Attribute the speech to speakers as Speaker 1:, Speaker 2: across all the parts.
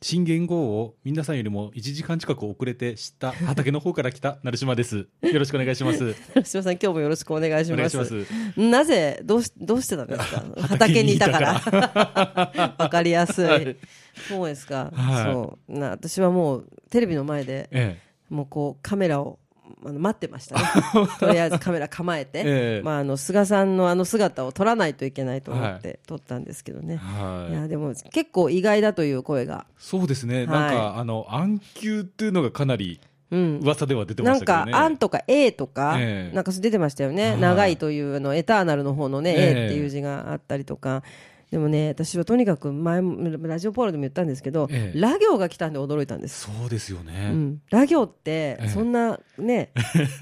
Speaker 1: 新元号を皆さんよりも1時間近く遅れて知った畑の方から来た成島ですよろしくお願いします
Speaker 2: 成島さん今日もよろしくお願いし
Speaker 1: お願
Speaker 2: ま
Speaker 1: いし
Speaker 2: す
Speaker 1: ます
Speaker 2: なぜどうしどうしてたんです か畑
Speaker 1: 畑
Speaker 2: に
Speaker 1: に
Speaker 2: い
Speaker 1: い
Speaker 2: た
Speaker 1: た
Speaker 2: か
Speaker 1: から
Speaker 2: わかりやすい、
Speaker 1: はい
Speaker 2: そうですか、
Speaker 1: はい
Speaker 2: そうな私はもうテレビの前で
Speaker 1: え
Speaker 2: もうこうカメラをあの待ってましたね とりあえずカメラ構えて、
Speaker 1: ええ
Speaker 2: まあ、あの菅さんのあの姿を撮らないといけないと思って撮ったんですけど
Speaker 1: え
Speaker 2: ね、い、
Speaker 1: はい
Speaker 2: やでも結構意外だという声が、
Speaker 1: そうですね、
Speaker 2: はい
Speaker 1: なんかあの暗球っていうのがかなり
Speaker 2: うん、
Speaker 1: 噂では出てま
Speaker 2: な
Speaker 1: し
Speaker 2: ん
Speaker 1: たけど
Speaker 2: か
Speaker 1: ね、、
Speaker 2: アンとか A とか、
Speaker 1: ええ
Speaker 2: なんか出てましたよね、
Speaker 1: はい
Speaker 2: 長いというあのエターナルの方のね、
Speaker 1: え
Speaker 2: A
Speaker 1: え
Speaker 2: っていう字があったりとか、でもね、私はとにかく前も、ラジオポールでも言ったんですけど、
Speaker 1: ええ
Speaker 2: ラ行が来たんで驚いたんです。
Speaker 1: そうですよ
Speaker 2: う
Speaker 1: ね、
Speaker 2: ん、ラ行って
Speaker 1: ええ
Speaker 2: そんなね、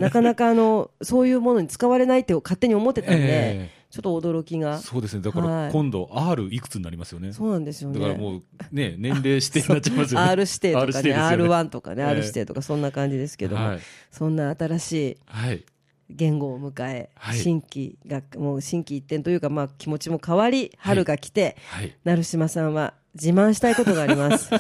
Speaker 2: なかなかあ のそういうものに使われないって勝手に思ってたんで、
Speaker 1: え
Speaker 2: ちょっと驚き
Speaker 1: え
Speaker 2: が
Speaker 1: そうですねだか
Speaker 2: はい
Speaker 1: ら今度 R いくつになりますよね
Speaker 2: そうなんですよ
Speaker 1: だから
Speaker 2: ね。
Speaker 1: もうね年齢指定になっちゃいま すよね
Speaker 2: R 指定と
Speaker 1: R
Speaker 2: か
Speaker 1: 指
Speaker 2: ね
Speaker 1: 定ですよね
Speaker 2: R1 とかね
Speaker 1: ええ
Speaker 2: R 指定とかそんな感じですけども、
Speaker 1: はい、
Speaker 2: そんな新しい
Speaker 1: はい、
Speaker 2: 言語を迎え、
Speaker 1: はい
Speaker 2: 新規がもう新規一転というか、まあ、気持ちも変わり春が来て、
Speaker 1: はい、
Speaker 2: 成島さんは自慢したいことがあり ます。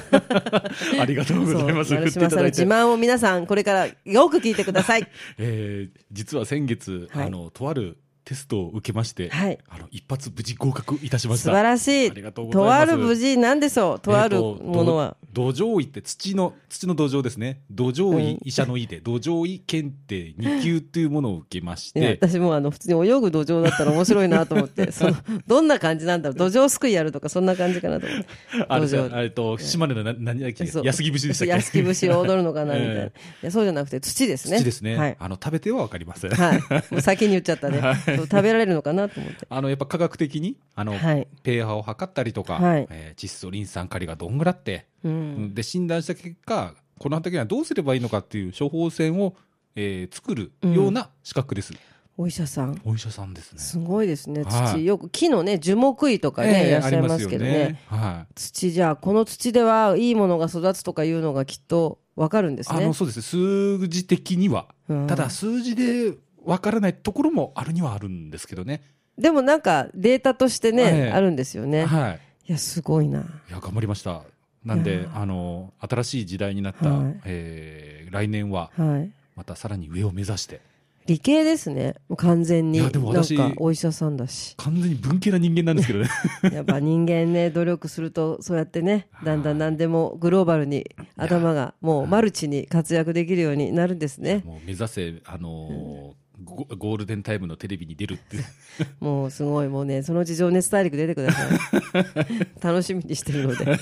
Speaker 1: ありがとうございます
Speaker 2: そう成
Speaker 1: 振って
Speaker 2: 島さんの
Speaker 1: いただい
Speaker 2: 自
Speaker 1: て
Speaker 2: 慢を皆さんこれからよく聞いてください。
Speaker 1: えー実は先月、
Speaker 2: はい
Speaker 1: あのとあるテストを受けまして、
Speaker 2: はい
Speaker 1: あの一発無事合格いたしまし
Speaker 2: 素
Speaker 1: た
Speaker 2: 晴らしい。
Speaker 1: ありがとうござい
Speaker 2: と
Speaker 1: ま
Speaker 2: あ
Speaker 1: す
Speaker 2: る無事なんでしょう。とある
Speaker 1: えー
Speaker 2: ものは。
Speaker 1: ど土壌医って土の土の土壌ですね土壌医、
Speaker 2: うん
Speaker 1: 医者の医で土壌医検定2級というものを受けまし
Speaker 2: いや
Speaker 1: て
Speaker 2: 私もあの普通に泳ぐ土壌だったら面白いなと思 って、そのどんな感じなんだろう、土壌すくいやるとかそんな感じかなと思って。
Speaker 1: あれですよ
Speaker 2: 土壌
Speaker 1: あれと島根のな何だっけ
Speaker 2: そう
Speaker 1: 安木節でしたっけ
Speaker 2: 安木節を踊るのかなみたいな。
Speaker 1: え
Speaker 2: いやそうじゃなくて土ですね。
Speaker 1: 土ですね、
Speaker 2: はい。
Speaker 1: あの食べてはわかりません、
Speaker 2: はい。もう先に言っちゃったね。そう食べられるのかなと思って。
Speaker 1: あのやっぱ科学的にあの、
Speaker 2: はい。
Speaker 1: pH を測ったりとか、
Speaker 2: はい
Speaker 1: えー窒素リン酸カリがどんぐらって
Speaker 2: う
Speaker 1: うん
Speaker 2: ん。
Speaker 1: で診断した結果この畑にはどうすればいいのかっていう処方箋を、えー作るような資格です、
Speaker 2: お医者さん。
Speaker 1: お医者さんですね
Speaker 2: すごいですね。
Speaker 1: はい
Speaker 2: 土。よく木のね、樹木医とかね、いらっしゃいますけど
Speaker 1: あり
Speaker 2: ね。
Speaker 1: ますよはい
Speaker 2: 土じゃあ、この土ではいいものが育つとかいうのがきっとわかるんです
Speaker 1: あ
Speaker 2: ね
Speaker 1: の。そうです数字的には、
Speaker 2: うん
Speaker 1: ただ数字でわからないところもあるにはあるんですけどね
Speaker 2: でもなんかデータとして
Speaker 1: え
Speaker 2: ね、
Speaker 1: え
Speaker 2: あるんですよね。
Speaker 1: はい
Speaker 2: いや、すごいな。
Speaker 1: いや頑張りましたなん
Speaker 2: いや
Speaker 1: で
Speaker 2: ー
Speaker 1: あの新しい時代になった、
Speaker 2: はい
Speaker 1: えー来年は
Speaker 2: はい。
Speaker 1: またさらに上を目指して
Speaker 2: 理系ですね。もう完全に。
Speaker 1: い
Speaker 2: な
Speaker 1: や
Speaker 2: ん
Speaker 1: で
Speaker 2: か
Speaker 1: も私
Speaker 2: お医者さんだし。
Speaker 1: 完全に文系な人間なんですけど ね
Speaker 2: やっぱ人間 ね、努力すると、そうやってね、だんだん何でもグローバルに、頭がもうマルチに活躍できるようになるんですね。
Speaker 1: もう目指せあのーゴゴールデンタイムのテレビに出るっていう
Speaker 2: もうすごい、もうね、そのうち情熱大陸出てくだ さい。楽しみにしてるので。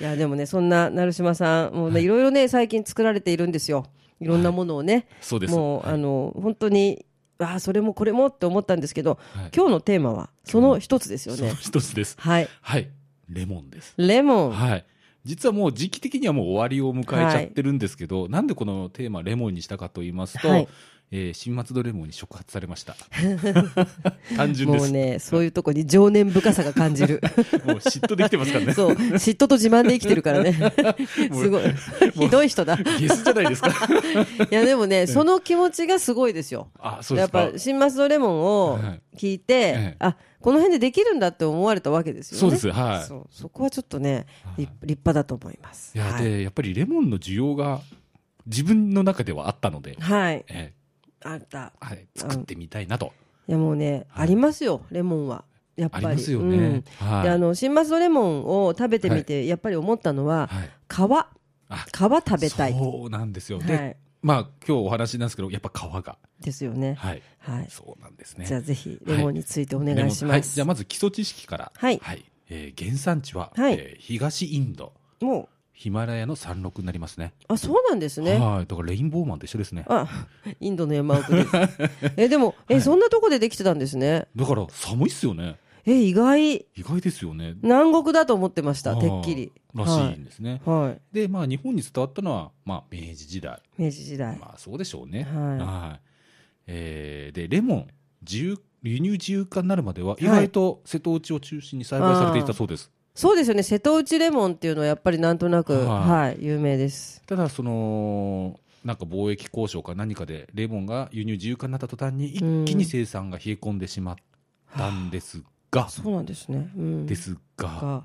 Speaker 2: いや、でもね、そんな成島さん、もうね、いろいろね、最近作られているんですよ。いろんなものをね、
Speaker 1: そうです
Speaker 2: もう、あの、本当に、ああ、それもこれもって思ったんですけど、
Speaker 1: はい
Speaker 2: 今日のテーマは、その一つですよ
Speaker 1: そ
Speaker 2: ね
Speaker 1: の。一つです
Speaker 2: はい。
Speaker 1: はいレモンです
Speaker 2: レモン。
Speaker 1: はい実はもう時期的にはもう終わりを迎えちゃってるんですけど、なんでこのテーマレモンにしたかと言いますと、
Speaker 2: はい
Speaker 1: えー新松戸レモンに触発され ました単純で
Speaker 2: もう
Speaker 1: すも
Speaker 2: ね、そういうとこに情念深さが感じる。
Speaker 1: う嫉妬できてますからね
Speaker 2: そう、嫉妬と自慢で生きてるからね。
Speaker 1: もう
Speaker 2: すごい。ひどい人 だ。い
Speaker 1: ゲスじゃないで すか
Speaker 2: や、でもね、その気持ちがすごいですよ。
Speaker 1: あそう
Speaker 2: やっ
Speaker 1: ですか
Speaker 2: ぱ、新松戸レモンを聞いて、
Speaker 1: はい
Speaker 2: あ、この辺でできるんだって思われたわけですよね。
Speaker 1: そうですはい
Speaker 2: そうそこはちょっとね、
Speaker 1: はい
Speaker 2: 立立派だと思います。
Speaker 1: いや、
Speaker 2: はい。
Speaker 1: でやっぱりレモンの需要が自分の中ではあったので、
Speaker 2: はい。
Speaker 1: え
Speaker 2: あった。
Speaker 1: ーはい、作ってみたいなと、
Speaker 2: いや、もうね、
Speaker 1: はい
Speaker 2: ありますよ、レモンは。やっぱ
Speaker 1: あ
Speaker 2: り。
Speaker 1: りますよ
Speaker 2: う
Speaker 1: ね
Speaker 2: ん、
Speaker 1: はい
Speaker 2: であの、新松戸レモンを食べてみて、やっぱり思ったのは、
Speaker 1: はい、
Speaker 2: 皮。
Speaker 1: あ
Speaker 2: 皮食べたい。
Speaker 1: そうなんですよ、
Speaker 2: は
Speaker 1: で
Speaker 2: い。
Speaker 1: まあ今日お話なんですけどやっぱ皮が
Speaker 2: ですよね。
Speaker 1: はい
Speaker 2: はい。
Speaker 1: そうなんですね
Speaker 2: じゃあぜひレモンについてお願いし
Speaker 1: レモンは
Speaker 2: ま
Speaker 1: い、じ
Speaker 2: す。
Speaker 1: ゃあまず基礎知識から
Speaker 2: はい
Speaker 1: えー原産地は、
Speaker 2: はい
Speaker 1: えー東インド
Speaker 2: も
Speaker 1: ヒマラヤの山麓になりますね
Speaker 2: うあそうなんですね。
Speaker 1: はいだからレインボーマンと一緒ですね
Speaker 2: あイ ンドの山奥です。えでもえ、
Speaker 1: はい
Speaker 2: そんなとこでできてたんですね。
Speaker 1: だから寒いっすよね
Speaker 2: え意外
Speaker 1: 意外ですよね。
Speaker 2: 南国だと思ってました
Speaker 1: あー
Speaker 2: てっきり
Speaker 1: らしいんですね。
Speaker 2: はい、はい
Speaker 1: で、まあ、日本に伝わったのは、まあ、明治時代。
Speaker 2: 明治時代、
Speaker 1: まあ、そうでしょうね。
Speaker 2: はい
Speaker 1: えーで、レモン、自由、輸入自由化になるまでは、
Speaker 2: い
Speaker 1: 意外と瀬戸内を中心に栽培されていたそうです。
Speaker 2: そうですよね瀬戸内レモンっていうのはやっぱりなんとなく、
Speaker 1: は
Speaker 2: はい有名です
Speaker 1: ただ、その、なんか貿易交渉か何かで、レモンが輸入自由化になった途端に、一気に生産が冷え込んでしまったんですが、
Speaker 2: そうなんですね、うん、
Speaker 1: ですが、
Speaker 2: か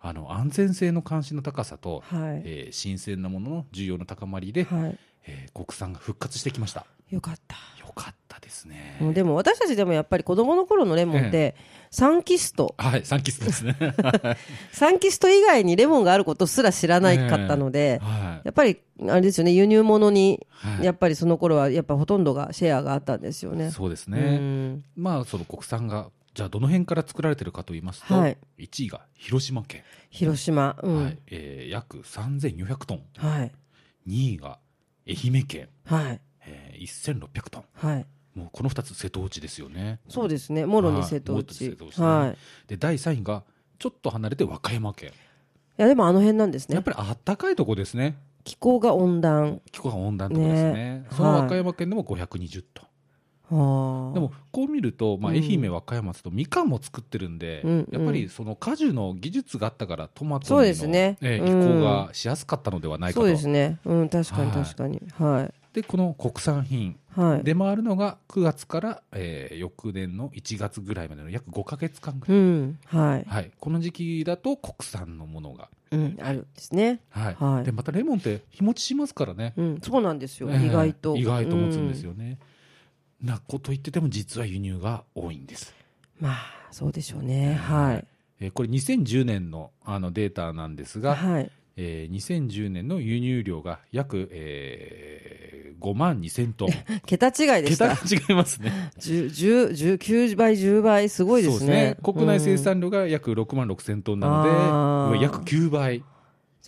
Speaker 1: あの、安全性の関心の高さと、
Speaker 2: はい、
Speaker 1: えー新鮮なものの需要の高まりで、
Speaker 2: は
Speaker 1: えー国産が復活してきました。
Speaker 2: い、よかった
Speaker 1: よかったですね。
Speaker 2: もうでも私たちでもやっぱり子供の頃のレモンってサンキスト
Speaker 1: はい、サンキスです ね。
Speaker 2: サンキスト以外にレモンがあることすら知らないかったので、
Speaker 1: はい。
Speaker 2: やっぱりあれですよね輸入物に
Speaker 1: はい
Speaker 2: やっぱりその頃はやっぱほとんどがシェアがあったんですよね。
Speaker 1: そうです
Speaker 2: う
Speaker 1: ね。
Speaker 2: ん
Speaker 1: まあ、その国産が、じゃあどの辺から作られてるかと言いますと、
Speaker 2: はい
Speaker 1: 1位が広島県、
Speaker 2: 広島、うん
Speaker 1: はいえー約3400トン。
Speaker 2: はい
Speaker 1: 2位が愛媛県、
Speaker 2: はい
Speaker 1: えー1600トン。
Speaker 2: はい
Speaker 1: もうこの2つ瀬戸内ですよね。
Speaker 2: そうですねもろに
Speaker 1: はい
Speaker 2: 瀬戸
Speaker 1: も
Speaker 2: 内
Speaker 1: ろに瀬戸内ね
Speaker 2: はい
Speaker 1: で、第3位が、ちょっと離れて和歌山県。
Speaker 2: いやでもあの辺なんです
Speaker 1: や
Speaker 2: ね
Speaker 1: っぱりあったかいとこですね。
Speaker 2: 気候が温暖
Speaker 1: 気候が温暖とこですね。
Speaker 2: ね
Speaker 1: その和歌山県でも520トン。
Speaker 2: はあ
Speaker 1: でもこう見ると、まあ、
Speaker 2: うん
Speaker 1: 愛媛、和歌山って言うとみかんも作ってるんで、
Speaker 2: うんうん
Speaker 1: やっぱりその果樹の技術があったからトマトに
Speaker 2: そう
Speaker 1: の、
Speaker 2: ですね
Speaker 1: ええ
Speaker 2: うん
Speaker 1: 移行がしやすかったのではない
Speaker 2: そ
Speaker 1: かと
Speaker 2: う
Speaker 1: で,、
Speaker 2: ですねうん確かに
Speaker 1: はい
Speaker 2: 確かにはい
Speaker 1: この国産品
Speaker 2: はい
Speaker 1: 出回るのが9月から、えー翌年の1月ぐらいまでの約5か月間
Speaker 2: う
Speaker 1: ぐらい、
Speaker 2: んはい
Speaker 1: はい、この時期だと国産のものが、
Speaker 2: うんあるんですね
Speaker 1: はい
Speaker 2: はい
Speaker 1: でまたレモンって日持ちしますからね、
Speaker 2: うんそうなんですよ
Speaker 1: ええ
Speaker 2: 意外と
Speaker 1: 意外と持つんです
Speaker 2: よ
Speaker 1: よね、なこと言ってても実は輸入が多いんです
Speaker 2: まあそうでしょうねはい
Speaker 1: えーこれ2010年のあのデータなんですが、
Speaker 2: はい
Speaker 1: えー2010年の輸入量が約、えー5万2000トン
Speaker 2: 桁違 いでした
Speaker 1: 桁が違いますね
Speaker 2: 10 10 19倍10倍すごいです
Speaker 1: そう
Speaker 2: ね
Speaker 1: 国内生
Speaker 2: うん
Speaker 1: 産量が約6万6000トンなので、
Speaker 2: あー
Speaker 1: 約9倍、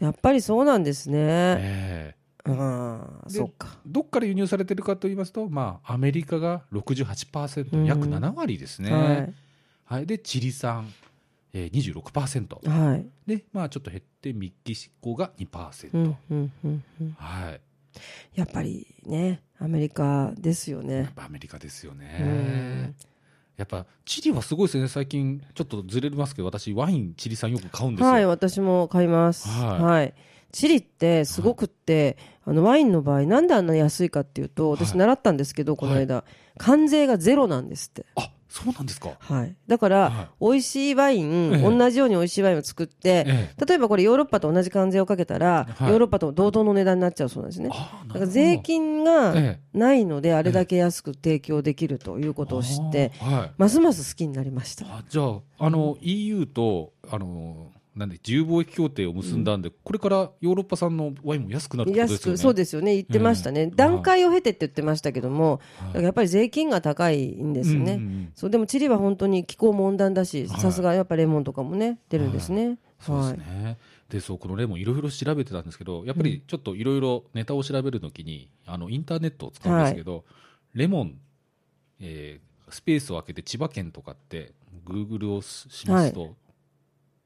Speaker 2: やっぱりそうなんですね
Speaker 1: え
Speaker 2: ああ
Speaker 1: で
Speaker 2: そっか
Speaker 1: ーどっから輸入されてるかと言いますと、まあ、アメリカが68%、
Speaker 2: うん
Speaker 1: 約7割ですね、
Speaker 2: は
Speaker 1: はい、でチリ産、えー、26%
Speaker 2: いはい
Speaker 1: で、まあ、ちょっと減ってメキシコが2%、
Speaker 2: うんうんうんうん
Speaker 1: はい、
Speaker 2: やっぱりねアメリカですよ
Speaker 1: や
Speaker 2: ね
Speaker 1: っぱアメリカですよ
Speaker 2: う
Speaker 1: ね
Speaker 2: ん。
Speaker 1: やっぱチリはすごいですね、最近、ちょっとずれますけど、私、ワイン、チリ産よく買うんですよ。
Speaker 2: はい、私も買います。
Speaker 1: はい
Speaker 2: はい。チリってすごくって、あのワインの場合なんであんな安いかっていうと、
Speaker 1: は
Speaker 2: 私
Speaker 1: い
Speaker 2: 習ったんですけど、この間、関税がゼロなんですって。
Speaker 1: あそうなんですか。
Speaker 2: はい。だから、
Speaker 1: は
Speaker 2: 美味しいワイン、
Speaker 1: ええ
Speaker 2: 同じように美味しいワインを作って
Speaker 1: い、ええ
Speaker 2: 例えばこれヨーロッパと同じ関税をかけたら、
Speaker 1: はい
Speaker 2: ヨーロッパと同等の値段になっちゃうそうなんですね。
Speaker 1: あな
Speaker 2: だ
Speaker 1: るほ
Speaker 2: か
Speaker 1: ど
Speaker 2: ら税金が
Speaker 1: ええ
Speaker 2: ないので、あれだけ安く提供できるということを知って、
Speaker 1: あーはい、
Speaker 2: ますます好きになりました。
Speaker 1: あじゃああの EU とあのなんで自由貿易協定を結んだんで、これからヨーロッパ産のワインも安くなるってことで
Speaker 2: 安
Speaker 1: すよ
Speaker 2: く
Speaker 1: ね。
Speaker 2: そうですよね、言ってましたね、
Speaker 1: うん
Speaker 2: 段階を経てって言ってましたけども、
Speaker 1: はい
Speaker 2: だからやっぱり税金が高いんですよね、
Speaker 1: うんうんうん
Speaker 2: そうでもチリは本当に気候も温暖だし、
Speaker 1: はい
Speaker 2: さすがやっぱレモンとかもね、出るんですね。
Speaker 1: そうです
Speaker 2: はい
Speaker 1: ね、でそうこのレモンいろいろ調べてたんですけどやっぱりちょっといろいろネタを調べるときにあのインターネットを使うんですけど、レモン、えースペースを空けて千葉県とかってグーグルをししますと、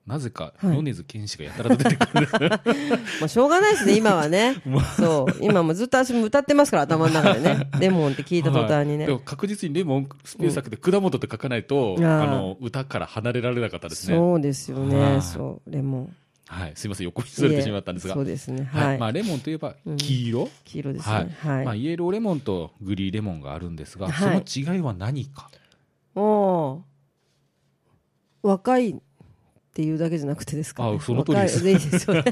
Speaker 1: なぜか
Speaker 2: はい
Speaker 1: 米津玄師がやたらと出てくる、
Speaker 2: まあ、しょうがないですね、今はね
Speaker 1: まあ。
Speaker 2: そう、今もずっと私も歌ってますから、頭の中で ね、レモンって聞いた途端にね
Speaker 1: で。も確実にレモンスペース空けて果物って書かないと、
Speaker 2: うん
Speaker 1: あの歌から離れられなかったですね、
Speaker 2: そうですよ
Speaker 1: は
Speaker 2: ね、
Speaker 1: い
Speaker 2: そう、レモン。
Speaker 1: はい、すいません横にずれてしまったんですが
Speaker 2: そうですね、
Speaker 1: はいま
Speaker 2: は
Speaker 1: あ、
Speaker 2: い。
Speaker 1: レモンといえば黄色、
Speaker 2: 黄色ですね。はい。
Speaker 1: まあ、イエローレモンとグリーレモンがあるんですが、
Speaker 2: はい
Speaker 1: その違いは何か、
Speaker 2: おー若いっていうだけじゃなくてですか、ね、
Speaker 1: あ その通りです
Speaker 2: 若いいいですよね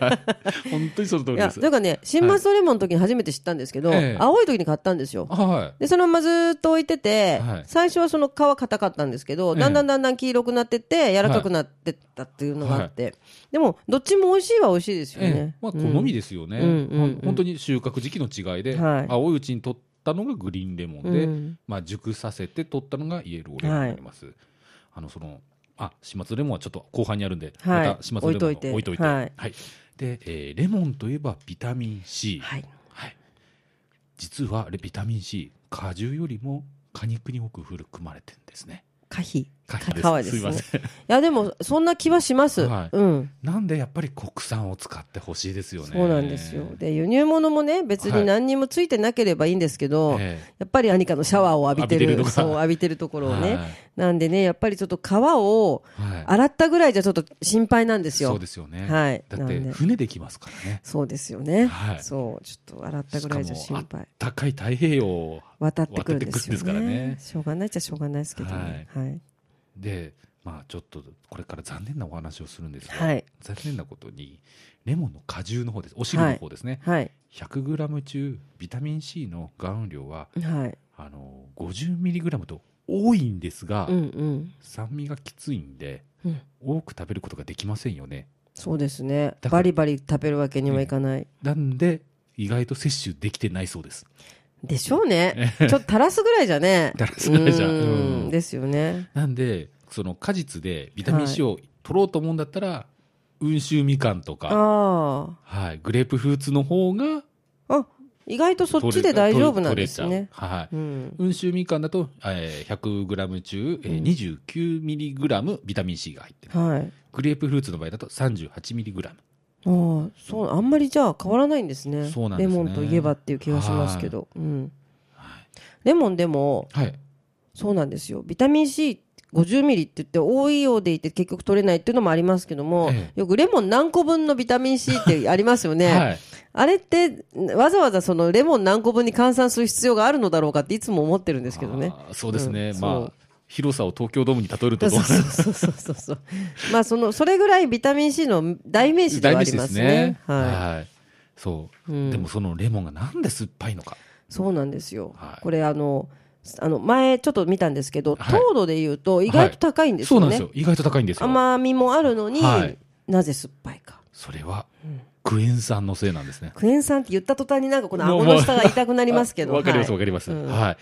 Speaker 1: 本当にその通
Speaker 2: い
Speaker 1: り
Speaker 2: や
Speaker 1: です。
Speaker 2: なんかね新松戸レモンの時に初めて知ったんですけど、
Speaker 1: ええ
Speaker 2: 青い時に買ったんですよ
Speaker 1: は
Speaker 2: でそのままずっと置いてて、
Speaker 1: はい
Speaker 2: 最初はその皮硬かったんですけど、
Speaker 1: ええ
Speaker 2: だんだんだんだん黄色くなってって柔らかくなってったっていうのがあって、でもどっちも美味しいは美味しいです
Speaker 1: い、
Speaker 2: よ
Speaker 1: え
Speaker 2: ね
Speaker 1: え、まあ、好
Speaker 2: うん
Speaker 1: みですよね、
Speaker 2: うんうんうん
Speaker 1: 本当に収穫時期の違いで、
Speaker 2: はい
Speaker 1: 青いうちに取ったのがグリーンレモンで、
Speaker 2: うん
Speaker 1: まあ、熟させて取ったのがイエローレモンになります。あのそのあ始末レモンはちょっと後半にあるんで、
Speaker 2: はい
Speaker 1: また始末レモンを置
Speaker 2: 置
Speaker 1: い
Speaker 2: い
Speaker 1: と
Speaker 2: と
Speaker 1: い
Speaker 2: い
Speaker 1: て
Speaker 2: て
Speaker 1: は
Speaker 2: はいい
Speaker 1: で、えーレモンといえばビタミン C、
Speaker 2: はい
Speaker 1: はい実はレビタミン C 果汁よりも果肉に多く含まれてるんですね
Speaker 2: 可否
Speaker 1: 可否
Speaker 2: 可はですね
Speaker 1: すいま せん
Speaker 2: いやでもそんな気はします、
Speaker 1: はい
Speaker 2: うん
Speaker 1: なんでやっぱり国産を使ってほしいですよね
Speaker 2: そうなんですよで輸入物もね別に何にもついてなければいいんですけど、
Speaker 1: ええ
Speaker 2: やっぱり何かのシャワーを浴びてる
Speaker 1: 浴びてるとか
Speaker 2: そう浴びてるところをね、
Speaker 1: はい
Speaker 2: なんでねやっぱりちょっと皮を
Speaker 1: はい
Speaker 2: 洗ったぐらいじゃちょっと心配なんですよ
Speaker 1: そうですよね、
Speaker 2: はい
Speaker 1: だっ
Speaker 2: な
Speaker 1: て
Speaker 2: んで
Speaker 1: 船できますからね
Speaker 2: そうですよね、
Speaker 1: はい
Speaker 2: そうちょっと洗ったぐらいじゃ
Speaker 1: しかも
Speaker 2: 心配
Speaker 1: 高い太平洋
Speaker 2: 渡ってくるんですよ
Speaker 1: 渡ってくるんですから
Speaker 2: ね
Speaker 1: ね
Speaker 2: しょうがないっちゃしょうがないですけどねはい
Speaker 1: でまあちょっとこれから残念なお話をするんですが、
Speaker 2: はい
Speaker 1: 残念なことにレモンの果汁の方ですお汁の方ですね、
Speaker 2: はい、
Speaker 1: 100g 中ビタミン C の含有量は
Speaker 2: はい、
Speaker 1: あの 50mg と多いんですが、
Speaker 2: うんうん
Speaker 1: 酸味がきついんで
Speaker 2: うん
Speaker 1: 多く食べることができませんよね
Speaker 2: そうですね
Speaker 1: だから
Speaker 2: バリバリ食べるわけにはいかない、
Speaker 1: なんで意外と摂取できてないそうです
Speaker 2: でしょうねちょっと垂らすぐらいじゃね
Speaker 1: 垂らすぐらいじゃ
Speaker 2: うーん
Speaker 1: うん
Speaker 2: ですよね
Speaker 1: なんでその果実でビタミン C を取ろうと思うんだったら、温州みかんとか、
Speaker 2: ああ
Speaker 1: はい、グレープフルーツの方が
Speaker 2: あ意外とそっちで大丈夫なんですね
Speaker 1: 取れ取れちゃうはい
Speaker 2: うん
Speaker 1: 温州みかんだと、えー 100g 中、え
Speaker 2: うん
Speaker 1: ー 29mg ビタミン C が入ってる、
Speaker 2: はい
Speaker 1: グレープフルーツの場合だと 38mg
Speaker 2: ああそうあんまりじゃあ変わらないんですね
Speaker 1: そうなんですね
Speaker 2: レモンといえばっていう気がしますけど、うん、レモンでも
Speaker 1: はい
Speaker 2: そうなんですよビタミン C 50ミリって言って多いようでいて結局取れないっていうのもありますけども、
Speaker 1: え
Speaker 2: よくレモン何個分のビタミン C ってありますよね、
Speaker 1: はい
Speaker 2: あれってわざわざそのレモン何個分に換算する必要があるのだろうかっていつも思ってるんですけどね
Speaker 1: あーそうですね、
Speaker 2: うんそ
Speaker 1: ま
Speaker 2: う
Speaker 1: あ広さを東京ドームに例え
Speaker 2: そ
Speaker 1: ると
Speaker 2: う
Speaker 1: どう
Speaker 2: そう
Speaker 1: なる
Speaker 2: そうそうそうそうまあそのそれぐらいビタミン C の代名詞ではありますねはい
Speaker 1: そう、
Speaker 2: うん
Speaker 1: でもそのレモンがなんで酸っぱいのか
Speaker 2: い、そうなんですよ、
Speaker 1: はい
Speaker 2: これあのあの前ちょっと見たんですけど、
Speaker 1: はい
Speaker 2: 糖度でいうと意外と高いんです
Speaker 1: そう
Speaker 2: よ
Speaker 1: な
Speaker 2: ね、
Speaker 1: んですよ意外と高いんですよ
Speaker 2: 甘みもあるのに、
Speaker 1: はい
Speaker 2: なぜ酸っぱいか
Speaker 1: それはクエン酸のせいなんですね
Speaker 2: クエン酸って言った途端になんかこの顎の下が痛くなりますけど
Speaker 1: わかります
Speaker 2: はい
Speaker 1: わかります、
Speaker 2: うん
Speaker 1: はい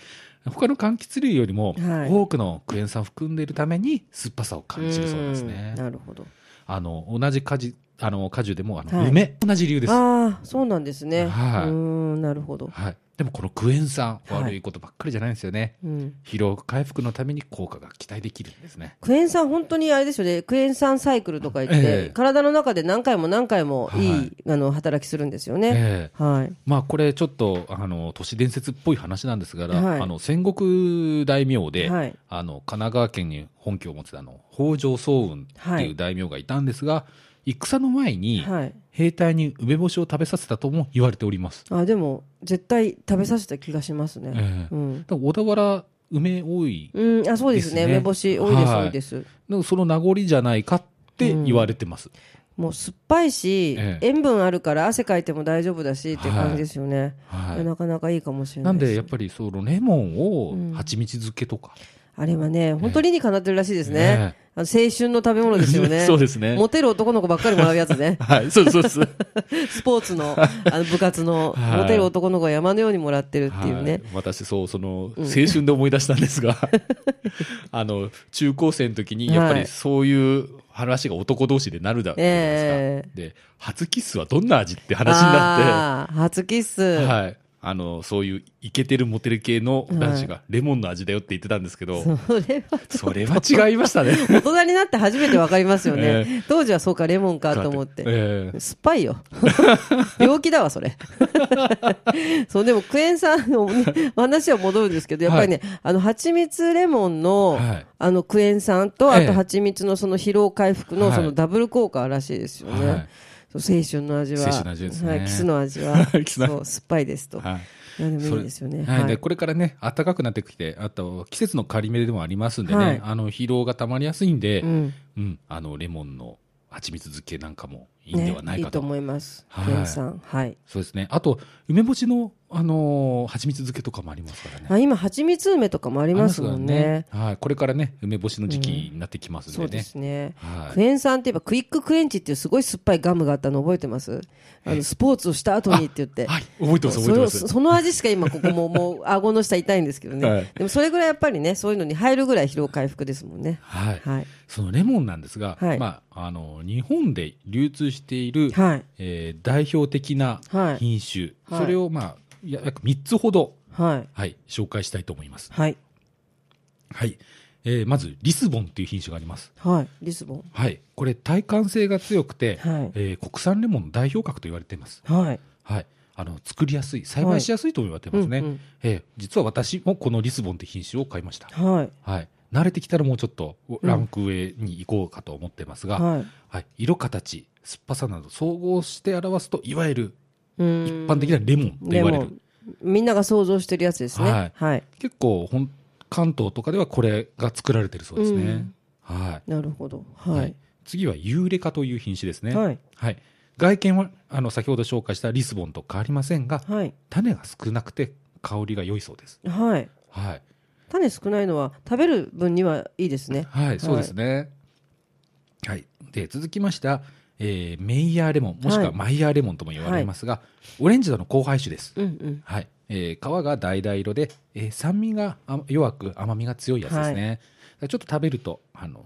Speaker 1: 他の柑橘類よりも
Speaker 2: はい
Speaker 1: 多くのクエン酸を含んでいるために酸っぱさを感じるそうですね
Speaker 2: んなるほど
Speaker 1: あの同じ果実あの果樹でもあの、
Speaker 2: はい
Speaker 1: 梅同じ理由です
Speaker 2: ああそうなんですね、
Speaker 1: はい
Speaker 2: ー
Speaker 1: う
Speaker 2: んなるほど、
Speaker 1: はいでもこのクエン酸
Speaker 2: はい
Speaker 1: 悪いことばっかりじゃないんですよね、
Speaker 2: うん、
Speaker 1: 疲労回復のために効果が期待できるんですね
Speaker 2: クエン酸本当にあれですよねクエン酸サイクルとか言って、
Speaker 1: ええ
Speaker 2: 体の中で何回も何回もいい、
Speaker 1: はい
Speaker 2: あの働きするんですよね、
Speaker 1: ええ
Speaker 2: はい
Speaker 1: まあこれちょっとあの都市伝説っぽい話なんですが、
Speaker 2: はい
Speaker 1: あの戦国大名で、
Speaker 2: はい
Speaker 1: あの神奈川県に本拠を持つあの北条早雲っ
Speaker 2: は
Speaker 1: てい
Speaker 2: いう
Speaker 1: 大名がいたんですが、戦の前に
Speaker 2: はい
Speaker 1: 兵隊に梅干しを食べさせたとも言われております。
Speaker 2: あでも絶対食べさせた気がしますね、
Speaker 1: ええ
Speaker 2: うん、
Speaker 1: だから小田原梅多い
Speaker 2: うん、あそうですね
Speaker 1: ですね
Speaker 2: 梅干し多いです、
Speaker 1: はい
Speaker 2: 多いです
Speaker 1: なんかその名残じゃないかって言われてます。
Speaker 2: もう酸っぱいし、
Speaker 1: ええ
Speaker 2: 塩分あるから汗かいても大丈夫だしって感じですよね、
Speaker 1: はい
Speaker 2: いやなかなかいいかもしれな
Speaker 1: ないん
Speaker 2: です
Speaker 1: でやっぱりそのレモンを蜂蜜漬けとか、
Speaker 2: あれはね本当に理にかなってるらしいですね、
Speaker 1: え
Speaker 2: あの青春の食べ物ですよね
Speaker 1: そうですね
Speaker 2: モテる男の子ばっかりもらうやつ ね
Speaker 1: はいそうそうそう
Speaker 2: スポーツ のあの部活の
Speaker 1: はい
Speaker 2: モテる男の子が山のようにもらってるっていう
Speaker 1: は
Speaker 2: ね
Speaker 1: い、私そうその青春で思い出したんですが、 あの中高生の時にやっぱ
Speaker 2: は
Speaker 1: り
Speaker 2: い
Speaker 1: そういう話が男同士でなるだろうじゃないですか、で初キッスはどんな味って話になって
Speaker 2: あー初キッス、
Speaker 1: はい。あの、そういうイケてるモテる系の男子がレモンの味だよって言ってたんですけど、
Speaker 2: それは
Speaker 1: それは違い ましたね。
Speaker 2: 大人になって初めて分かりますよね、
Speaker 1: え
Speaker 2: 当時はそうかレモンかと思って、
Speaker 1: ええ
Speaker 2: 酸っぱいよ 病気だわそれ そうでもクエン酸の、ね、話は戻るんですけどやっぱりね、あの蜂蜜レモンの、
Speaker 1: はい
Speaker 2: あのクエン酸と
Speaker 1: え
Speaker 2: あ
Speaker 1: え
Speaker 2: と蜂蜜のその疲労回復の
Speaker 1: はい
Speaker 2: そのダブル効果らしいですよね、
Speaker 1: はい
Speaker 2: そう青春の味は
Speaker 1: 青春の味ですね
Speaker 2: はい、キスの味は
Speaker 1: キスの味
Speaker 2: そう酸っぱいですと、
Speaker 1: はい
Speaker 2: い、やでも
Speaker 1: そ
Speaker 2: いい
Speaker 1: れ
Speaker 2: ですよね
Speaker 1: はい
Speaker 2: は
Speaker 1: で
Speaker 2: い、
Speaker 1: これからね、暖かくなってきて、あと季節の変わり目でもありますんでね、
Speaker 2: はい
Speaker 1: あの疲労がたまりやすいんで、
Speaker 2: う
Speaker 1: うん、
Speaker 2: ん
Speaker 1: あのレモンの蜂蜜漬けなんかもいいんで
Speaker 2: ね
Speaker 1: はない
Speaker 2: い
Speaker 1: か
Speaker 2: い
Speaker 1: と。
Speaker 2: と思います、
Speaker 1: はい
Speaker 2: クエン酸はい
Speaker 1: そうですね。あと梅干しのあのー蜂蜜漬けとかもありますからね。
Speaker 2: あ今蜂蜜梅とかもありますもんね
Speaker 1: ありますからねはい。これからね、梅干しの時期になってきますんで
Speaker 2: そう
Speaker 1: ね。
Speaker 2: ですね
Speaker 1: はい。
Speaker 2: クエン酸って言えばクイッククエンチっていうすごい酸っぱいガムがあったの覚えてますあのスポーツをした後にって言って
Speaker 1: はい、覚えてます、覚
Speaker 2: そ
Speaker 1: えてま
Speaker 2: の
Speaker 1: す。
Speaker 2: その味しか今ここももう顎の下痛いんですけどね、
Speaker 1: はい
Speaker 2: でもそれぐらいやっぱりねそういうのに入るぐらい疲労回復ですもんね
Speaker 1: はい。
Speaker 2: はい
Speaker 1: そのレモンなんですが、
Speaker 2: はい
Speaker 1: まあ、あの日本で流通している、
Speaker 2: はい
Speaker 1: えー代表的な
Speaker 2: はい
Speaker 1: 品種、
Speaker 2: はい
Speaker 1: それを、まあ、や約3つほど、
Speaker 2: はい
Speaker 1: はい、紹介したいと思います。
Speaker 2: はい
Speaker 1: はいえーまずリスボンっていう品種があります。
Speaker 2: はい。リスボン。
Speaker 1: はい、これ耐寒性が強くて、
Speaker 2: はい
Speaker 1: えー国産レモンの代表格と言われています。
Speaker 2: はい。
Speaker 1: はい、あの作りやすい栽培しやすいとも言われてますね、
Speaker 2: はいうんうん
Speaker 1: えー実は私もこのリスボンって品種を買いました、
Speaker 2: はい。
Speaker 1: はい、慣れてきたらもうちょっと
Speaker 2: ん
Speaker 1: ランク上に行こうかと思ってますが、はい
Speaker 2: はい。
Speaker 1: 色形酸っぱさなど総合して表すといわゆる
Speaker 2: 一
Speaker 1: 一般的なレモンと言われる
Speaker 2: みんなが想像してるやつですね。は
Speaker 1: はいい。結構ほん関東とかではこれが作られてるそうですね、
Speaker 2: うん
Speaker 1: は
Speaker 2: なるほど。
Speaker 1: い、
Speaker 2: はい。
Speaker 1: 次はユーレカという品種ですね、
Speaker 2: はい。
Speaker 1: はい、外見はあの先ほど紹介したリスボンと変わりませんが
Speaker 2: はい。
Speaker 1: 種が少なくて香りが良いそうです。
Speaker 2: はい。
Speaker 1: はい、
Speaker 2: 種少ないのは食べる分にはいいですね。
Speaker 1: はい、そうですね。はい、で続きましては、えーメイヤーレモンもしく
Speaker 2: は
Speaker 1: はいマイヤーレモンとも言われますが、オレンジとの交配種です。
Speaker 2: うんうん。
Speaker 1: はい、えー皮が橙色で、えー酸味があ弱く甘みが強いやつですね。ちょっと食べるとあの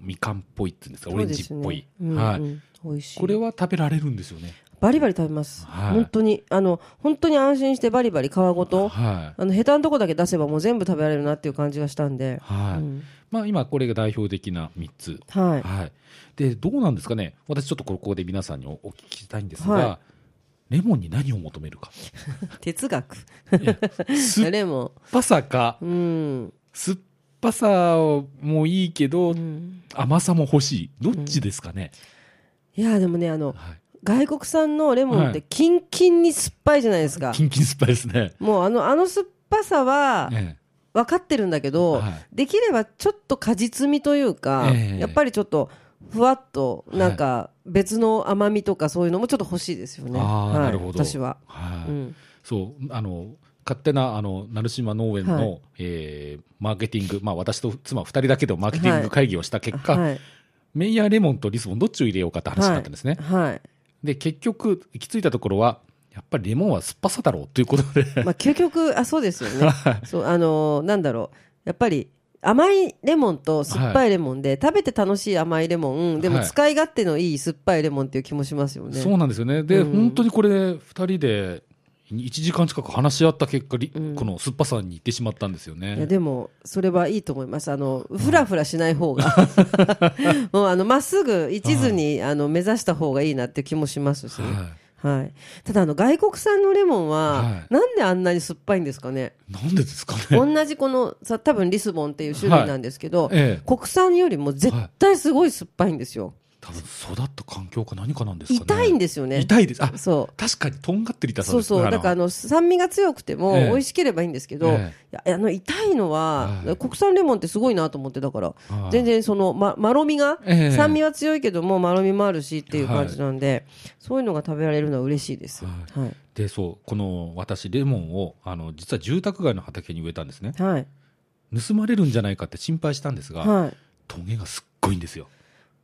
Speaker 1: みかんっぽいっていうんですか、オレンジっぽい。
Speaker 2: そうですねうんうん
Speaker 1: はい、
Speaker 2: 美味しい。
Speaker 1: これは食べられるんですよね。
Speaker 2: バリバリ食べます。
Speaker 1: はい
Speaker 2: 本当に、あの、本当に安心してバリバリ皮ごと、
Speaker 1: はい。
Speaker 2: あの、ヘタのとこだけ出せばもう全部食べられるなっていう感じがしたんで。
Speaker 1: はい、
Speaker 2: うん
Speaker 1: まあ今これが代表的な三つ
Speaker 2: はい。
Speaker 1: はい、でどうなんですかね、私、ちょっとここで皆さんにおお聞きしたいんですが、
Speaker 2: は
Speaker 1: レモンに何を求めるか、
Speaker 2: 哲学。
Speaker 1: いや酸っ
Speaker 2: レモ
Speaker 1: ぱさか、
Speaker 2: ン。うん。
Speaker 1: 酸っぱさもいいけど、
Speaker 2: うん
Speaker 1: 甘さも欲しい、どっちですかね、
Speaker 2: いや、でもね、あの、
Speaker 1: はい、
Speaker 2: 外国産のレモンってキンキンに酸っぱいじゃないですか。
Speaker 1: キンキン酸っぱいですね。
Speaker 2: もうあの、あの酸っぱさは
Speaker 1: え
Speaker 2: 分かってるんだけど、
Speaker 1: はい
Speaker 2: できればちょっと果実味というか、
Speaker 1: ええ
Speaker 2: やっぱりちょっと、ふわっと、なんか、別の甘みとかそういうのもちょっと欲しいですよね。
Speaker 1: あー
Speaker 2: はい
Speaker 1: なるほど
Speaker 2: 私は。
Speaker 1: はい
Speaker 2: うん。
Speaker 1: そうあの勝手なあの成島農園の、
Speaker 2: はい
Speaker 1: えーマーケティング、まあ、私と妻2人だけでもマーケティング会議をした結果、
Speaker 2: はい。
Speaker 1: メイヤーレモンとリスボン、どっちを入れようかって話になったんですね。
Speaker 2: はい。
Speaker 1: で結局行き着いたところはやっぱりレモンは酸っぱさだろうということで
Speaker 2: まあ、究極、あ、そうですよ ね。そう、あのーなんだろう。やっぱり、甘いレモンと酸っぱいレモンで、食べて楽しい甘いレモン、でも
Speaker 1: はい
Speaker 2: 使い勝手のいい酸っぱいレモンっていう気もしますよね。
Speaker 1: そうなんですよねで、
Speaker 2: うん
Speaker 1: 本当にこれ2人で1時間近く話し合った結果、り
Speaker 2: うん
Speaker 1: この酸っぱさに行ってしまったんですよ
Speaker 2: いや
Speaker 1: ね
Speaker 2: でもそれはいいと思いますあのふらふらしない方が もうあのまっすぐ一途にあの目指した方がいいなって気もしますし、
Speaker 1: は
Speaker 2: はい、ただあの外国産のレモンは、
Speaker 1: はい
Speaker 2: なんであんなに酸っぱいんですかね
Speaker 1: いなんでですかね
Speaker 2: 同じこのさ多分リスボンっていう種類なんですけど、
Speaker 1: ええ
Speaker 2: 国産よりも絶対すごい酸っぱいんですよ、
Speaker 1: 多分育った環境か何かなんですかね
Speaker 2: 痛いんですよね
Speaker 1: 痛いですあ
Speaker 2: そう
Speaker 1: 確かにとんがってる痛さ
Speaker 2: そう
Speaker 1: です
Speaker 2: そうだからあ
Speaker 1: ら
Speaker 2: の酸味が強くても
Speaker 1: ええ
Speaker 2: 美味しければいいんですけど、
Speaker 1: え
Speaker 2: いやあの痛いのは、
Speaker 1: はい
Speaker 2: 国産レモンってすごいなと思ってだから、
Speaker 1: はい
Speaker 2: 全然その、ま、まろみが、
Speaker 1: ええ
Speaker 2: 酸味は強いけどもまろみもあるしっていう感じなんで、そういうのが食べられるのは嬉しいですは、
Speaker 1: はい
Speaker 2: はい
Speaker 1: でそうこの私レモンをあの実は住宅街の畑に植えたんですね
Speaker 2: はい
Speaker 1: 盗まれるんじゃないかって心配したんですが、トゲがすっごいんですよ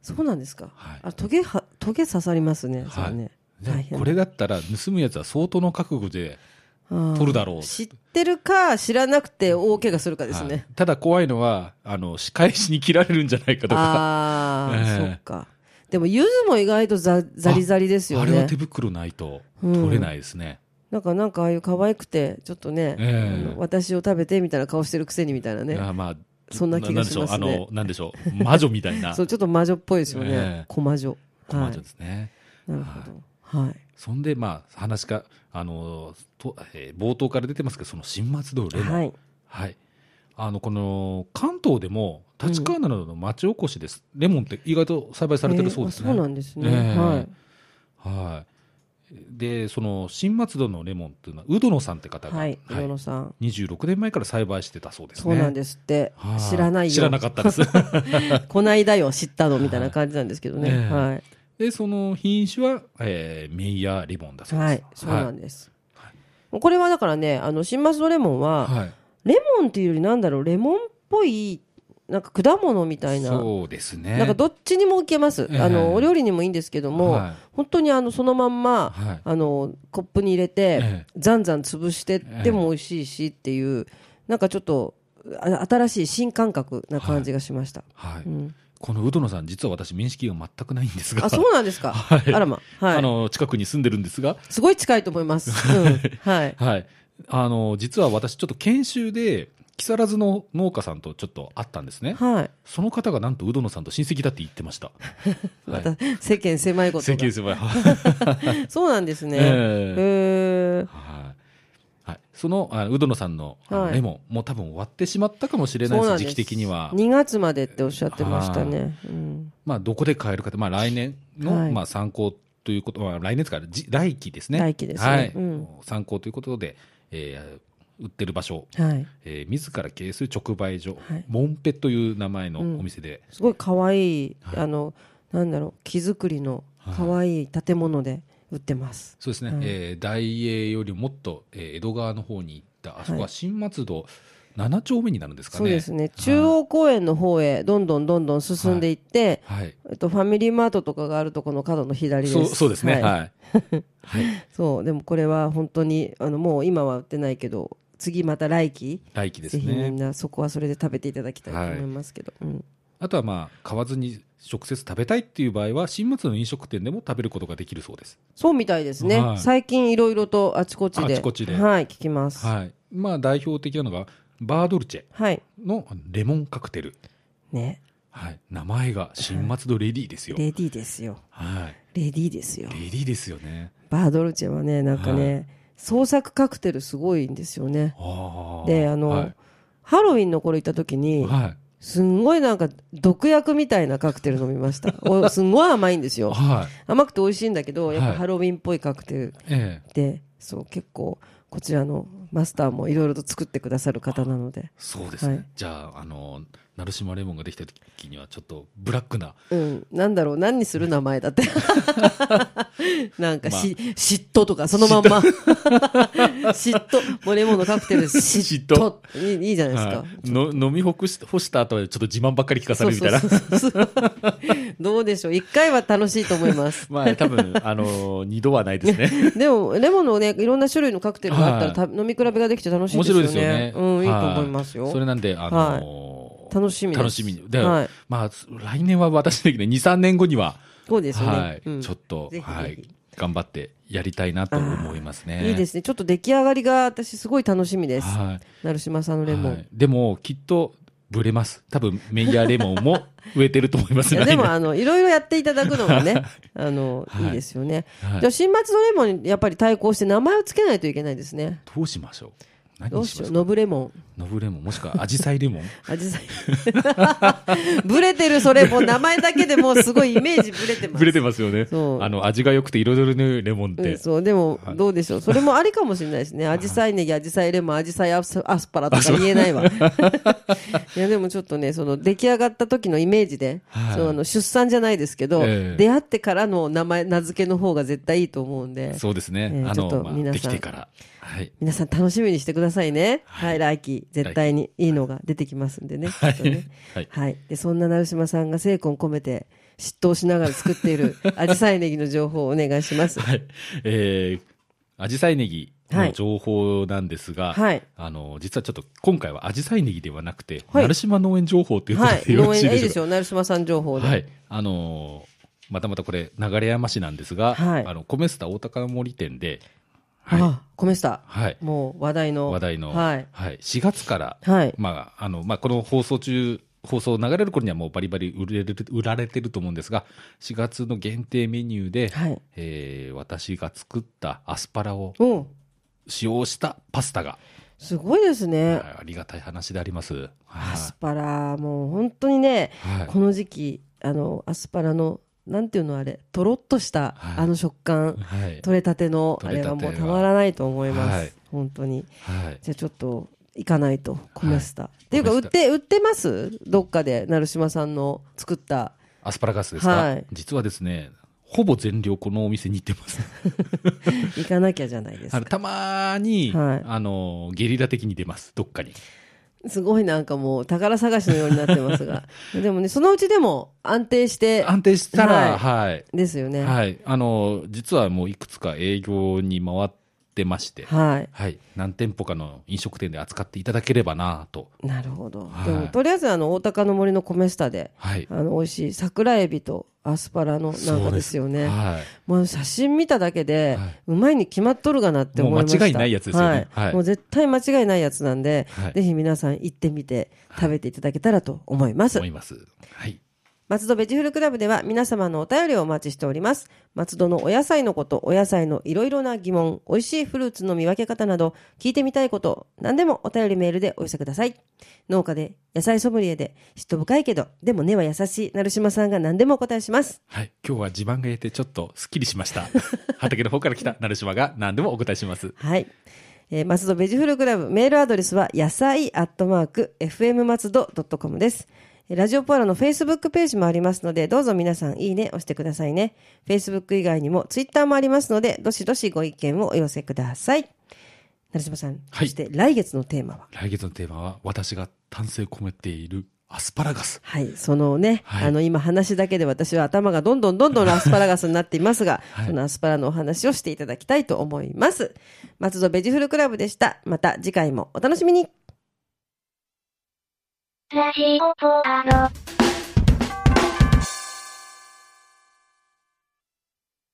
Speaker 2: そうなんですか、
Speaker 1: はい
Speaker 2: あトゲはトゲ刺さりますね,、それね
Speaker 1: で
Speaker 2: 大変
Speaker 1: これだったら盗むやつは相当の覚悟で
Speaker 2: ああ
Speaker 1: 取るだろう
Speaker 2: 知ってるか知らなくて大怪我するかです
Speaker 1: はい
Speaker 2: ね、
Speaker 1: ただ怖いのはあの仕返しに切られるんじゃないかとかあ
Speaker 2: ああ、
Speaker 1: え
Speaker 2: そ
Speaker 1: え
Speaker 2: っかでも柚子も意外とざザリザリですよ
Speaker 1: れは
Speaker 2: ね
Speaker 1: 手袋ないと
Speaker 2: うん
Speaker 1: 取れないですね、
Speaker 2: なんかなんかああいう可愛くてちょっとね、
Speaker 1: ええ
Speaker 2: あの私を食べてみたいな顔してるくせにみたいなね
Speaker 1: あまあ
Speaker 2: そんな気がしますね
Speaker 1: ななんでしょうあのなんでしょう魔女みた いな
Speaker 2: そうちょっと魔女っぽいですよね、
Speaker 1: ええ
Speaker 2: 小魔女
Speaker 1: 小魔女ですね、
Speaker 2: はい、なるほどはい、
Speaker 1: そんでまあ話があのと、えー冒頭から出てますけどその新松戸レモン
Speaker 2: はい、
Speaker 1: はいあのこの関東でも立川などの町おこしです、レモンって意外と栽培されてるそうですね、
Speaker 2: えーあそうなんですね、
Speaker 1: ええ
Speaker 2: はい
Speaker 1: はい、でその新松戸のレモンっていうのは宇野さんって方が、
Speaker 2: はい
Speaker 1: は
Speaker 2: 上
Speaker 1: い
Speaker 2: 野さん、
Speaker 1: 26年前から栽培してたそうですね
Speaker 2: そうなんですって、
Speaker 1: はい
Speaker 2: 知らないよ
Speaker 1: 知らなかったです
Speaker 2: こないだよ知ったのみたいな感じなんですけどね、
Speaker 1: ええ
Speaker 2: はい
Speaker 1: でその品種は、えーメイヤーレモンだそうです
Speaker 2: はい、そうなん
Speaker 1: で
Speaker 2: です、
Speaker 1: はい
Speaker 2: これはだからねあの新松戸レモンは、
Speaker 1: はいはい
Speaker 2: レモンっていうよりなんだろうレモンっぽいなんか果物みたいな
Speaker 1: そうですね
Speaker 2: なんかどっちにもいけます、
Speaker 1: ええ
Speaker 2: あのお料理にもいいんですけども、
Speaker 1: はい
Speaker 2: 本当にあのそのまんま、
Speaker 1: はい
Speaker 2: あのコップに入れて、
Speaker 1: ええ
Speaker 2: ざんざん潰してっ
Speaker 1: ええ
Speaker 2: ても美味しいしっていう、なんかちょっとあ新しい新感覚な感じがしました、
Speaker 1: はい
Speaker 2: うん、
Speaker 1: この宇野さん実は私面識が全くないんですが
Speaker 2: あそうなんですか、
Speaker 1: はい
Speaker 2: あらま、はい、
Speaker 1: あの近くに住んでるんですが、
Speaker 2: すご い近いと思います、うん、はい
Speaker 1: はい、あの実は私ちょっと研修で木更津の農家さんとちょっと会ったんですね、
Speaker 2: はい。
Speaker 1: その方がなんとウドノさんと親戚だって言ってました。 は
Speaker 2: ま
Speaker 1: い
Speaker 2: た、世間狭いこと
Speaker 1: 請
Speaker 2: が
Speaker 1: 求。すれば はい
Speaker 2: そうなんですね。
Speaker 1: ええ
Speaker 2: へえ。
Speaker 1: はいはい、そのあウドノさんのあの
Speaker 2: はい
Speaker 1: レモン、もう多分終わってしまったかもしれない
Speaker 2: そう
Speaker 1: で
Speaker 2: な
Speaker 1: す、
Speaker 2: んで
Speaker 1: 時
Speaker 2: す
Speaker 1: 期的には。
Speaker 2: 2月までっておっしゃってましたね。うん
Speaker 1: まあ、どこで買えるかって、まあ、来年の、
Speaker 2: はい
Speaker 1: まあ、参考ということ、まあ、来年ですから、じ来期ですね。
Speaker 2: 来期ですね
Speaker 1: はい
Speaker 2: うん
Speaker 1: 参考ということで、えー売ってる場所、
Speaker 2: はい。
Speaker 1: えー自ら経営する直売所、
Speaker 2: はい
Speaker 1: モンペという名前の
Speaker 2: うん
Speaker 1: お店で、
Speaker 2: すごい可愛い、
Speaker 1: はい
Speaker 2: あの、なんだろう、木造りの
Speaker 1: はい
Speaker 2: 可愛い建物で売ってます。
Speaker 1: そうですね、
Speaker 2: うん
Speaker 1: えー大栄よりもっと、えー江戸川の方に行った、あそこは新松戸7丁目になるんですかね。
Speaker 2: そうですね。中央公園の方へどんどんどんどん進んでいって、
Speaker 1: はい。
Speaker 2: えっと、ファミリーマートとかがあるところの角の左です。
Speaker 1: そうそうですね、
Speaker 2: はい。
Speaker 1: はい。はい、
Speaker 2: そう、でもこれは本当に、あの、もう今は売ってないけど、次また来期、
Speaker 1: 来期です
Speaker 2: ぜひみん
Speaker 1: ね。
Speaker 2: なそこはそれで食べていただきたいと思いますけど。うん
Speaker 1: あとはまあ、買わずに直接食べたいっていう場合は、新松戸の飲食店でも食べることができるそうです。
Speaker 2: そうみたいですね。
Speaker 1: はい
Speaker 2: 最近いろいろとあちこちで。
Speaker 1: あちこちで
Speaker 2: はい、聞きます。はい。
Speaker 1: はい。まあ、代表的なのが、バードルチェのレモンカクテル。
Speaker 2: ね。
Speaker 1: はい。名前が新松戸レディーですよ。
Speaker 2: レディーですよ。
Speaker 1: はい。
Speaker 2: レディーですよ
Speaker 1: レ。ディーですよね。
Speaker 2: バードルチェはね、なんかね、
Speaker 1: は
Speaker 2: 創作カクテルすごいんですよね。
Speaker 1: あー
Speaker 2: で、あの、
Speaker 1: はい。
Speaker 2: ハロウィンの頃行った時に、
Speaker 1: はい。
Speaker 2: すんごいなんか毒薬みたいなカクテル飲みま した。おすんごい甘いんですよ。
Speaker 1: はい
Speaker 2: 甘くて美味しいんだけど、やっ
Speaker 1: は
Speaker 2: ぱ
Speaker 1: い
Speaker 2: ハロウィンっぽいカクテル
Speaker 1: ええ
Speaker 2: で、そう結構こちらのマスターもいろいろと作ってくださる方なので。
Speaker 1: そうですね。
Speaker 2: はい
Speaker 1: じゃあ、あの、鳴島レモンができた時には、ちょっとブラックな、
Speaker 2: うん、なんだろう、何にする名前だ って。なんかし、嫉妬とか、そのまん ま。嫉妬。もうレモンのカクテルです、嫉妬。いいいいじゃないですか。
Speaker 1: はいの飲みほくし干した後は、ちょっと自慢ばっかり聞かさ
Speaker 2: そ
Speaker 1: れ
Speaker 2: う
Speaker 1: るみ
Speaker 2: そ
Speaker 1: た
Speaker 2: う
Speaker 1: いな
Speaker 2: そ。うそう。どうでしょう。一回は楽しいと思います。
Speaker 1: まあ、多分、あの、二度はないですね。
Speaker 2: でも、レモンのね、いろんな種類のカクテルがあったら、
Speaker 1: は
Speaker 2: た飲み比べができて楽しい
Speaker 1: 面
Speaker 2: ですよ
Speaker 1: 白い
Speaker 2: ね。
Speaker 1: ですよね。
Speaker 2: うん、いいと
Speaker 1: は
Speaker 2: 思いますよ。
Speaker 1: それなんで、あのー
Speaker 2: 楽しみです。
Speaker 1: 楽しみに。で、
Speaker 2: はい。
Speaker 1: まあ、来年は私的に2、3年後には、
Speaker 2: そうですね。
Speaker 1: はい、
Speaker 2: うん
Speaker 1: ちょっと
Speaker 2: ぜひぜひ
Speaker 1: はい、頑張ってやりたいなと思いますね。。
Speaker 2: いいですすね。ちょっと出来上がりが私すごい楽しみです。
Speaker 1: は
Speaker 2: 成島さんの
Speaker 1: い。
Speaker 2: レモン。
Speaker 1: はいでも、きっと、ブレます。多分、メイヤーレモンも植えてると思いま
Speaker 2: い
Speaker 1: す。
Speaker 2: やでも
Speaker 1: 来
Speaker 2: あのいろいろやっていただくのもねあの、、
Speaker 1: はいい
Speaker 2: いですよね、
Speaker 1: 年はい
Speaker 2: じゃあ新松のレモンにやっぱり対抗して名前をつけないといけないですね
Speaker 1: どうしましょう何
Speaker 2: ど
Speaker 1: に
Speaker 2: う
Speaker 1: し
Speaker 2: し
Speaker 1: ま
Speaker 2: よ
Speaker 1: し
Speaker 2: う
Speaker 1: ょう
Speaker 2: ノブレモン
Speaker 1: ノブレモン、もしくはアジサイレ モン。
Speaker 2: アジサイブレてるそれもう名前だけでもうすごいイメージブレてます
Speaker 1: ブレてますよね。
Speaker 2: そう
Speaker 1: あの、味が良くて彩るね、レモンっ
Speaker 2: うん、
Speaker 1: て。
Speaker 2: そうでも
Speaker 1: はい
Speaker 2: どうでしょう、それもありかもしれないですね、アジサイネギ、アジサイレモン、アジサイアスアスパラとか言え ないわ、いやでもちょっとね、その出来上がった時のイメージで、
Speaker 1: はい
Speaker 2: そうあの出産じゃないですけど、
Speaker 1: ええ
Speaker 2: 出会ってからの名前、名付けの方が絶対いいと思うんで、
Speaker 1: そうですね。
Speaker 2: えー
Speaker 1: あ
Speaker 2: ちょっと
Speaker 1: の、まあ、
Speaker 2: 皆さ
Speaker 1: で
Speaker 2: ん
Speaker 1: きてから。はい。
Speaker 2: 皆さん楽しみにしてくださいね。はい、来期、絶対にいいのが出てきますんでね。きっとね
Speaker 1: はい
Speaker 2: はい。で、そんな成島さんが精魂込めて、嫉妬をしながら作っている、アジサイネギの情報をお願いします。
Speaker 1: はい。 えー、アジサイネギの情報なんですが、
Speaker 2: はい
Speaker 1: あの、実はちょっと今回はアジサイネギではなくて、
Speaker 2: はい
Speaker 1: 鳴島農園情報というこ
Speaker 2: は
Speaker 1: と
Speaker 2: い。
Speaker 1: でよろ
Speaker 2: 農
Speaker 1: し
Speaker 2: 園、
Speaker 1: い
Speaker 2: い
Speaker 1: で
Speaker 2: いで
Speaker 1: し
Speaker 2: す
Speaker 1: ょう
Speaker 2: よ。成島さん情報
Speaker 1: か。
Speaker 2: で。
Speaker 1: はい。あのーまたまたこれ、流山市なんですが、
Speaker 2: はい
Speaker 1: あの、コメスタ大高森店で、はい。
Speaker 2: あ、コメスタ。
Speaker 1: はい。
Speaker 2: もう話題の。
Speaker 1: 話題の、
Speaker 2: はい。
Speaker 1: 4月から、
Speaker 2: はい。
Speaker 1: まあ、あの、まあ、この放送中、放送流れる頃にはもうバリバリ売れる売られてると思うんですが、4月の限定メニューで、
Speaker 2: はい。
Speaker 1: えー私が作ったアスパラを
Speaker 2: お
Speaker 1: 使用したパスタが、
Speaker 2: すごいですね。
Speaker 1: はいありがたい話であります。はい
Speaker 2: アスパラ、もう本当にね、
Speaker 1: はい
Speaker 2: この時期、あの、アスパラの、なんていうのあれ、とろっとした、
Speaker 1: はい
Speaker 2: あの食感。
Speaker 1: はい
Speaker 2: 取れたてのあ
Speaker 1: 取
Speaker 2: れ
Speaker 1: れたて
Speaker 2: は
Speaker 1: は
Speaker 2: もうたまらないと思います、
Speaker 1: はい
Speaker 2: 本当に
Speaker 1: はい
Speaker 2: じゃあちょっと行かないとコメスタ、っていうか
Speaker 1: コ
Speaker 2: 売
Speaker 1: メ
Speaker 2: っ
Speaker 1: スタ
Speaker 2: て売ってますどっかで成島さんの作った
Speaker 1: アスパラガスですか、
Speaker 2: はい
Speaker 1: 実はですね、ほぼ全量このお店に行ってます。
Speaker 2: 行かなきゃじゃないです
Speaker 1: あの
Speaker 2: か
Speaker 1: たまに、
Speaker 2: はい
Speaker 1: あの、ゲリラ的に出ます、どっかに。
Speaker 2: すごいなんかもう宝探しのようになってます がでもねそのうちでも安定して
Speaker 1: 安定したら、はい、
Speaker 2: ですよね、
Speaker 1: はい。あの、実はもういくつか営業に回っってまして、
Speaker 2: はい。
Speaker 1: はい、何店舗かの飲食店で扱っていただければなと、
Speaker 2: なるほど。
Speaker 1: はい
Speaker 2: でもとりあえずあの大高の森の米スタで、
Speaker 1: はい、
Speaker 2: あの美味しい桜エビとアスパラのなんかですよね。
Speaker 1: はい、
Speaker 2: もう写真見ただけで、
Speaker 1: はいう
Speaker 2: まいに決まっとるがなって思いました。
Speaker 1: もう間違いないやつですよね
Speaker 2: はい。
Speaker 1: はい
Speaker 2: もう絶対間違いないやつなんで、
Speaker 1: はい
Speaker 2: ぜひ皆さん行ってみて食べていただけたらと思います
Speaker 1: 思。います。はい、
Speaker 2: 松戸ベジフルクラブでは皆様のお便りをお待ちしております。松戸のお野菜のこと、お野菜のいろいろな疑問、美味しいフルーツの見分け方など、聞いてみたいこと、何でもお便りメールでお寄せください。農家で、野菜ソムリエで、嫉妬深いけど、でも根は優しい、成島さんが何でもお答えします。
Speaker 1: はい、今日は地盤が言えてちょっとすっきりしました。畑の方から来た成島が何でもお答えします。
Speaker 2: はい。えー、松戸ベジフルクラブ、メールアドレスは、野菜アットマーク、fm 松戸 .com です。えーラジオポアラの Facebook ページもありますので、どうぞ皆さんいいね押してくださいね。Facebook 以外にも Twitter もありますので、どしどしご意見をお寄せください。成島さん、
Speaker 1: はい
Speaker 2: そして来月のテーマは
Speaker 1: 来月のテーマは私が丹精込めているアスパラガス。
Speaker 2: はい、そのね、
Speaker 1: はい
Speaker 2: あの今話だけで私は頭がどんどんどんどんアスパラガスになっていますが、
Speaker 1: はい
Speaker 2: そのアスパラのお話をしていただきたいと思います。松戸ベジフルクラブでした。また次回もお楽しみに。
Speaker 3: ラジオポアド。